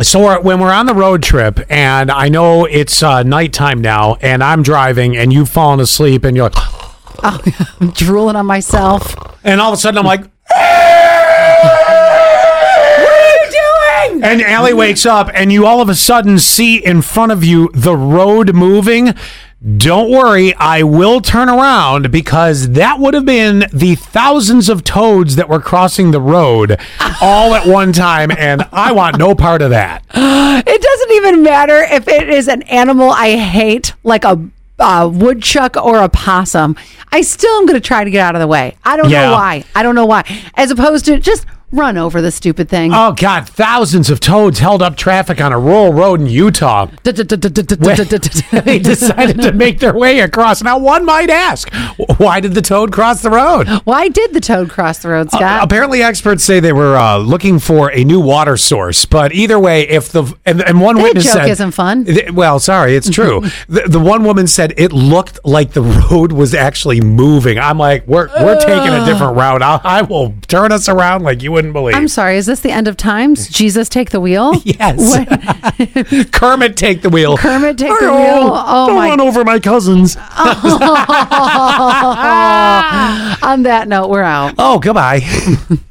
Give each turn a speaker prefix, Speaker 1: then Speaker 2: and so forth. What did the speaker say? Speaker 1: so we're, when we're on the road trip, and I know it's uh, nighttime now, and I'm driving, and you've fallen asleep, and you're like,
Speaker 2: I'm drooling on myself.
Speaker 1: and all of a sudden I'm like, And Allie wakes up, and you all of a sudden see in front of you the road moving. Don't worry, I will turn around because that would have been the thousands of toads that were crossing the road all at one time, and I want no part of that.
Speaker 2: It doesn't even matter if it is an animal I hate, like a uh, woodchuck or a possum. I still am going to try to get out of the way. I don't
Speaker 1: Yeah.
Speaker 2: know why. I don't know why. As opposed to just run over the stupid thing.
Speaker 1: Oh, God, thousands of toads held up traffic on a rural road in Utah. They decided to make their way across. Now, one might ask, "Wh- why did the toad cross the road?
Speaker 2: Why did the toad cross the road, Scott?
Speaker 1: Apparently, experts say they were uh, looking for a new water source. But either way, if the and, and one witness
Speaker 2: joke
Speaker 1: said,
Speaker 2: isn't fun.
Speaker 1: Th- well, sorry, it's true. the, the one woman said it looked like the road was actually moving. I'm like, we're we're taking a different route. I'll, I will turn us around like you wouldn't believe.
Speaker 2: I'm sorry. Is this the end of times? Jesus take the wheel?
Speaker 1: Yes.
Speaker 2: What-
Speaker 1: Kermit, take the wheel.
Speaker 2: Kermit, take the
Speaker 1: Oh,
Speaker 2: wheel. Oh,
Speaker 1: don't
Speaker 2: my- Oh.
Speaker 1: run over my cousins.
Speaker 2: On that note, we're out.
Speaker 1: Oh, goodbye.